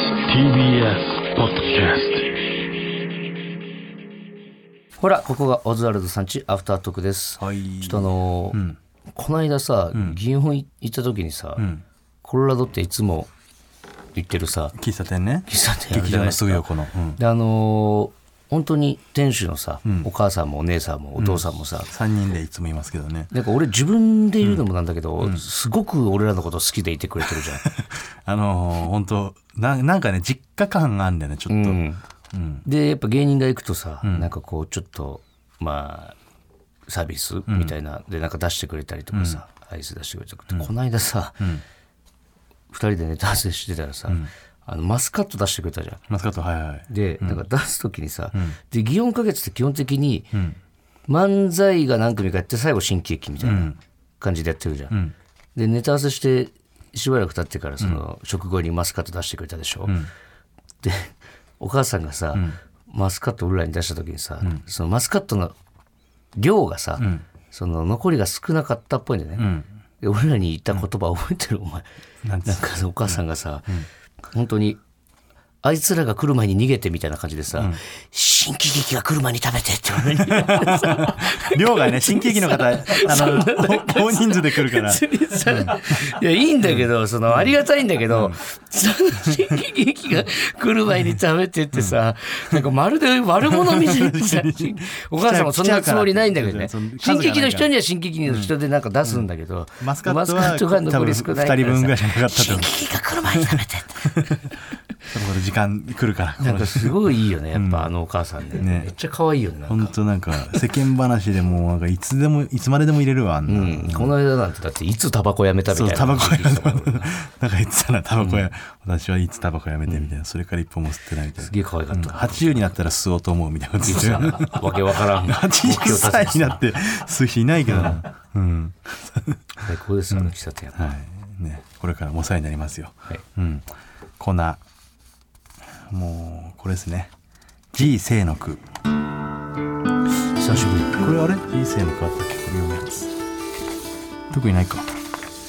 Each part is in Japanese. TBS ポッドキャストほらここがオズワルドさんちアフタートークです、はいちょっとあのーこの間さ銀本行った時にさ、コロラドっていつも行ってるさ喫茶店ね喫茶店ある劇じゃ場なのいですすぐか横の、うん、であのー本当に店主のさ、お母さんもお姉さんもお父さんもさ、 3人でいつもいますけどね なんか俺自分で言うのもなんだけど、すごく俺らのこと好きでいてくれてるじゃんあのー、本当ななんかね実家感があるんだよねちょっと、でやっぱ芸人が行くとさ、なんかこうちょっとまあサービスみたいな、でなんか出してくれたりとかさ、アイス出してくれたりとか、この間さ、二人でネタ合わせしてたらさ、あのマスカット出してくれたじゃん。マスカットはいはいで、なんか出す時にさ、で祇園花月って基本的に漫才が何組かやって最後新喜劇みたいな感じでやってるじゃん。でネタ合わせしてしばらく経ってからその、食後にマスカット出してくれたでしょ。でお母さんがさ、マスカット俺らに出した時にさ、そのマスカットの量がさ、その残りが少なかったっぽいんだよね。で俺らに言った言葉覚えてるお前。なんつなんかさお母さんがさ、本当にあいつらが来る前に逃げてみたいな感じでさ、新喜劇が来る前に食べてって俺に言われてさ量が ね新喜劇の方あの大人数で来るからいやいいんだけど、そのありがたいんだけど、その新喜劇が来る前に食べてってさ、なんかまるで悪者みたいな お母さんもそんなつもりないんだけどね来ちゃうから新喜劇の人には新喜劇の人でなんか出すんだけど、マスカットはが残り少ない多分からさ二人分ぐらいしかなかったと思う 新喜劇が来る前に食べてってそこで時間来るからなんかすごいいいよね、やっぱあのお母さんね。めっちゃ可愛いよね。なん本か当なんか世間話でもうなんかいつでもいつまででも入れるわあんな、うんこの間なんてだっていつタバコやめたみたそいうな。タバコ屋聞のいてたもん俺なんか言ってたなタバコ屋、私はいつタバコやめてみたいな、それから一本も吸ってないみたいなすげえ可愛かった。 80になったら吸おうと思うみたいなこと言ってたよ わけ わからん。 目標80達成歳しにたなって吸う人いないけど な、うん最高ですよ、あの喫茶店。はいね、これからもお世話になりますよ、はいうん、コーナーもうこれですね G 生の句久しぶり。これあれ人生の変わったっけこれ読むやつ特にないか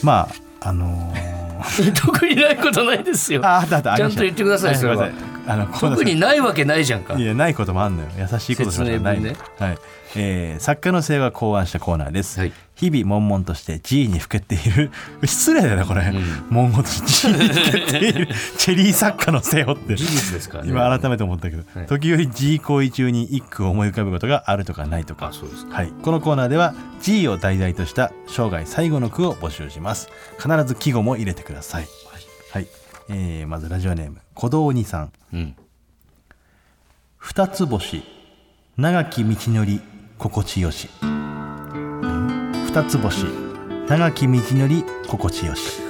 まああの ー特にないことないですよ。ああったあったありまちゃんしたと言ってくださいはそれはごめんなさいあの特にいないわけないじゃんかい。やないこともあんのよ優しいことしました説明ない文ねはいえー、作家の生が考案したコーナーです、はい日々悶々として G にふけている 失礼だよねこれ、悶々として G にふけてい るチェリー作家の生をって事実ですからね。今改めて思ったけど、はい時折 G 行為中に一句思い浮かぶことがあるとかないとかあそうですはい、このコーナーでは G を題材とした生涯最後の句を募集します必ず季語も入れてください、はいえーまずラジオネーム小道にさんうん。二つ星長き道のり心地よし二つ星長き道のり心地よし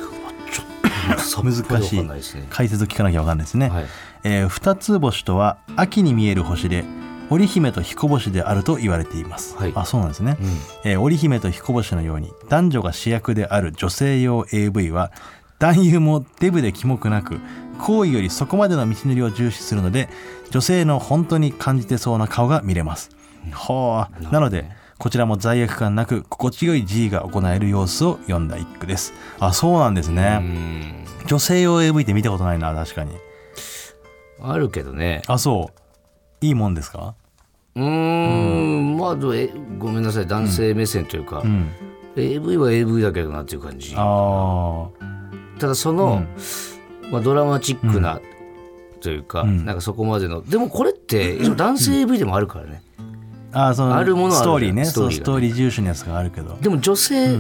難しい難しいね。解説を聞かなきゃわかんないですね、はいえー二つ星とは秋に見える星で織姫と彦星であると言われています、はいあそうなんですね、えー織姫と彦星のように男女が主役である女性用 AV は男優もデブでキモくなく好意よりそこまでの道のりを重視するので女性の本当に感じてそうな顔が見れます、はあなのでこちらも罪悪感なく心地よい G が行える様子を読んだ一句ですあそうなんですね、うん。女性用 AV って見たことないな確かにあるけどね。あそういいもんですかうーん。まあどうえごめんなさい男性目線というか、ん AV は AV だけどなっていう感じ。あただその、まあ、ドラマチックな、というか、んなんかそこまでのでもこれって一応男性 AV でもあるからね、ーあーそのあるものはスあるトーリーねストそうーリーがねストーリー重視のやつがあるけどでも女性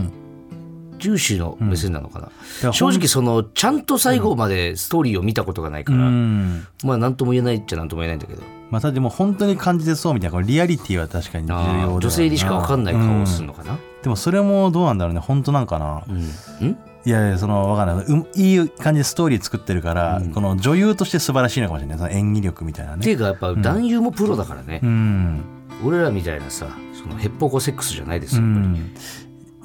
重視の目線なのかな、ら正直そのちゃんと最後までストーリーを見たことがないかうら、んまあ何とも言えないっちゃ何とも言えないんだけどまあただでも本当に感じてそうみたいなこれリアリティは確かに重要だあよーな女性にしか分かんない顔をするのかな、でもそれもどうなんだろうね本当なんかな、うんんいやいやその分かんないういい感じでストーリー作ってるから、この女優として素晴らしいのかもしれないその演技力みたいなっていねうかやっぱ男優もプロだからねう、ん俺らみたいなさそのヘッポコセックスじゃないですうよ、ん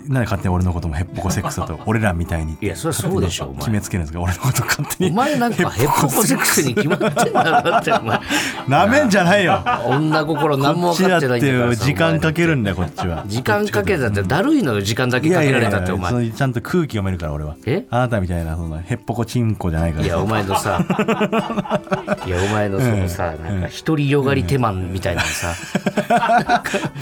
なんで勝手に俺のこともヘッポコセックスだと俺らみたいにいやそりゃそうでしょお前決めつけるんですが俺のこと勝手おに前なんかヘッポコセックスに決まってんだろだってお前なめんじゃないよ女心何こもっち分かだっってないんだからてさ時間かけるお前んだよこっちは時間かけたってだるいのよ時間だけかけられたってお前そのちゃんと空気読めるから俺はえあなたみたいなそのヘッポコチンコじゃないから いやお前のさいやお前のそのさなんか独りよがり手満みたいなのさ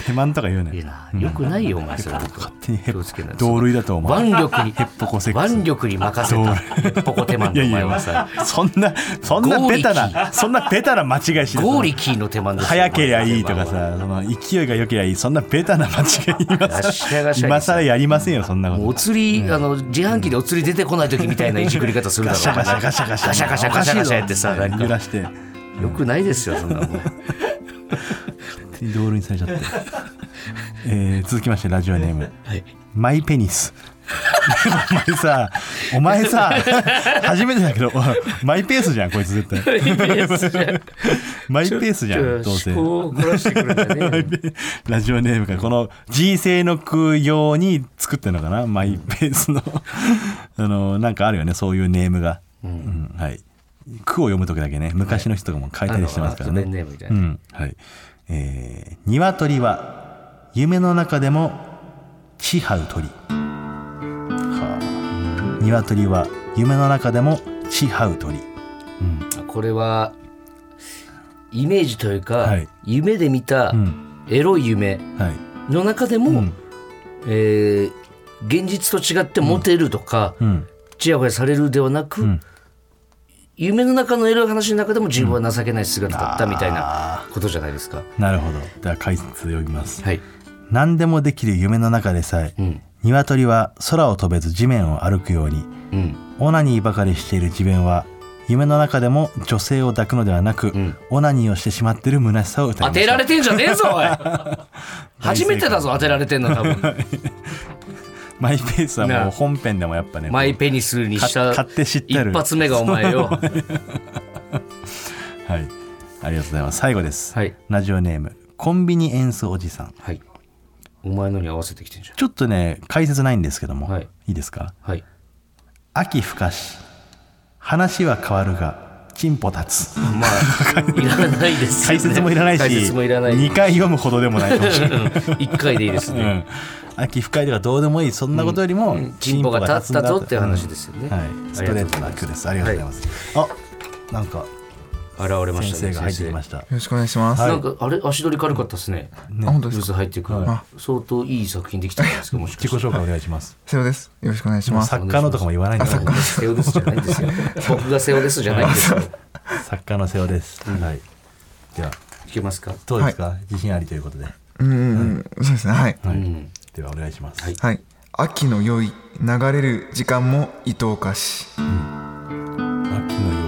手満とか言ういねいなよくないよお前それ勝手にヘッ気をつけない同類だと思う腕力にヘッポコセックス腕力に任せどたうヘッポコ手満いのやおい前はさやそんなそんなベタ剛なそんなベタな間違いしないゴーリキーの手満ですよ早けりゃいいとかお前はさその勢いが良けりゃいいそんなベタな間違い今ガッシャガシさャにさ今更やりませんよそんなこもうおと釣りあの自販機でお釣り出てこない時みたいないじくり方するだガろシャガ シャガシャガシャガシャガシャガシャガシャやってさおかしいなぞんか揺らしてよくないですよそんなもん 手に道路にされちゃって、えー続きましてラジオネーム、マイペニ スお前さお前さ初めてだけど マイペースじゃんこいつ絶対マイペースじゃんどうせ思考を凝らしてくるんだね ラジオネームがこの G 性の句用に作ってるのかなマイペース のあのなんかあるよねそういうネームが、うんはい句を読む時だけね昔の人とかも書いたりしてますからね、あのペンネームみたいうなんはいえー鶏は夢の中でもちはう鳥」はあ「鶏は夢の中でもちはう鳥」これはイメージというか、はい夢で見たうんエロい夢はいの中でも、んえー現実と違ってモテるとか、うんちやほやされるではなく、ん夢の中のエロい話の中でも自分は情けない姿だったみたいなことじゃないですか。なるほどでは解説読みますはい、何でもできる夢の中でさえ、うん鶏は空を飛べず地面を歩くようにうんオナニーばかりしている自分は夢の中でも女性を抱くのではなく、んオナニーをしてしまっている虚しさを歌い当ましたてられてんじゃねえぞお い初めてだぞ当てられてんの多分マイペースはなもあう本編でもやっぱねマイペニスにしたか買って知ってる一発目がお前よはいありがとうございます最後です、はいラジオネームコンビニエンスおじさんはいお前のに合わせてきてんじゃんちょっとね解説ないんですけども、はいい、いですかはい秋深し話は変わるがチンポ立 つまあ、いらないです、解説もいらないし解説もいらない。 2回読むほどでもないかも しれない、 1回でいいですうね。ん、秋深いとかどうでもいいそんなことよりも、チンポが立ったぞっていう話すですよね。はい、ストレートな句ですありがとうございます、あなんかはい現れま先したね。生が入ってきましたよろしくお願いします。なんか、あれ、足取り軽かったですね。あ本当でブーすスか。入ってくるは。相当いい作品できたん ですか、もしか自己して。紹介お願いします瀬尾です。よろしくお願いします。作家のとかも言わないんだ僕がセオですじゃないんですよ。僕がセオですじゃないんで すよ。作家の瀬尾です、はいではいけますかどうですか、自信ありということでうんうんうん、そうですね。はい。うん。ではお願いします、はいはい。秋の良い流れる時間も伊藤菓子。秋の良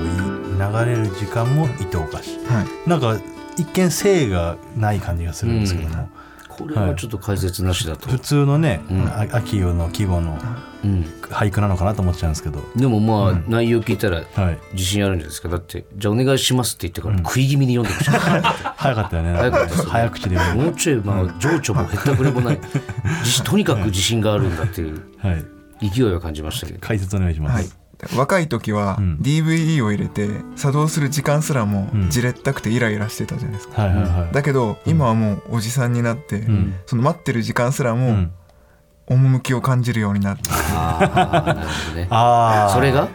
い流れる時間も伊藤菓子はい。なんか一見性がない感じがするんですけども、これはちょっと解説なしだと普。通のね、あ秋夜の季語のうん。俳句なのかなと思っちゃうんですけど、でもまあ、内容聞いたら、はい、自信あるんじゃないですか。だって、じゃあお願いしますって言ってから、食い気味に読んでました。早かったよねなん早かったですね早口で言う、もうちょい、まあ、情緒もへったくれもない自信とにかく自信があるんだっていうはい、勢いを感じましたけど解説お願いします、はい。若い時は DVD を入れて作動する時間すらもんじれったくてイライラしてたじゃないですか。はいはいはいだけど今はもうおじさんになって、んその待ってる時間すらうもん趣を感じるようになって、ああなるほどねああそれが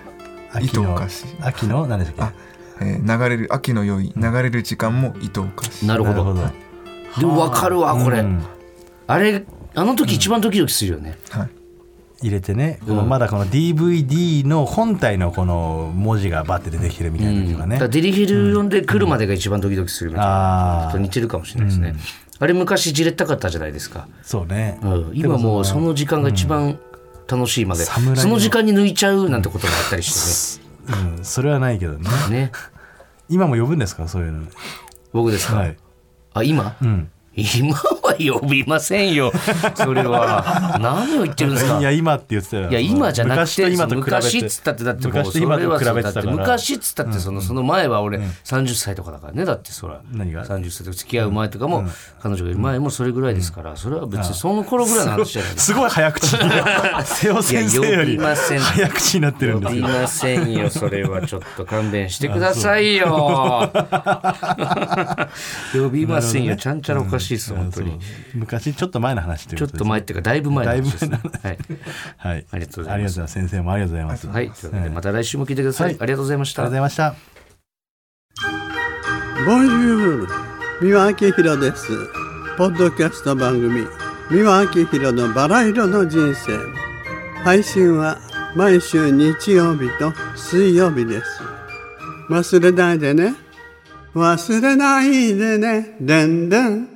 秋の伊藤菓子秋の何でしたっあえー流れる秋の良い流れる時間も伊藤菓子。なけるほどなるでも分かるわこれ、うんあれあの時一番ドキドキするよね、はい。入れてね、このまだこの DVD の本体のこの文字がバッて出てきてるみたいな時がだね、からデリヘル読んで来るまでが一番ドキドキするみたいなあとあ似てるかもしれないですね、あれ昔じれったかったじゃないですか、そうね、うん、今もうその時間が一番楽しいまで、侍のその時間に抜いちゃうなんてこともあったりしてうん、それはないけどねねね今も呼ぶんですかそういうの僕ですか、はい、あ今うん、今は呼びませ んよそれは何を言ってるんですかいや今って言ってたよいや今じゃなく昔てと今と昔比べてっつったってだってもう昔そとれ今とは比そうべだてったてから昔っつったってそのその前は俺30歳とかだからねだってそら何が30歳とか付き合う前とかも彼女がいる前もそれぐらいですからそれは別にその頃ぐらいの話じゃないすごい早口 瀬尾先生よいや呼びりません早口になってるんですいよませんよそれ はちょっと勘弁してくださいよ 呼びませんよちゃんちゃらおかしいです本当そにう昔ちょっと前の話というちょことっですとね前っていうかだいぶ前の話ですねだいぶはいはいありがとうございますありがとうございます先生もありがとうございますはいというわけでまた来週も聞いてくださはいいありがとうございましありがとうごたざいました。ボンジュール三輪明宏ですポッドキャスト番組三輪明宏のバラ色の人生配信は毎週日曜日と水曜日です忘れないでね忘れないでねでんでん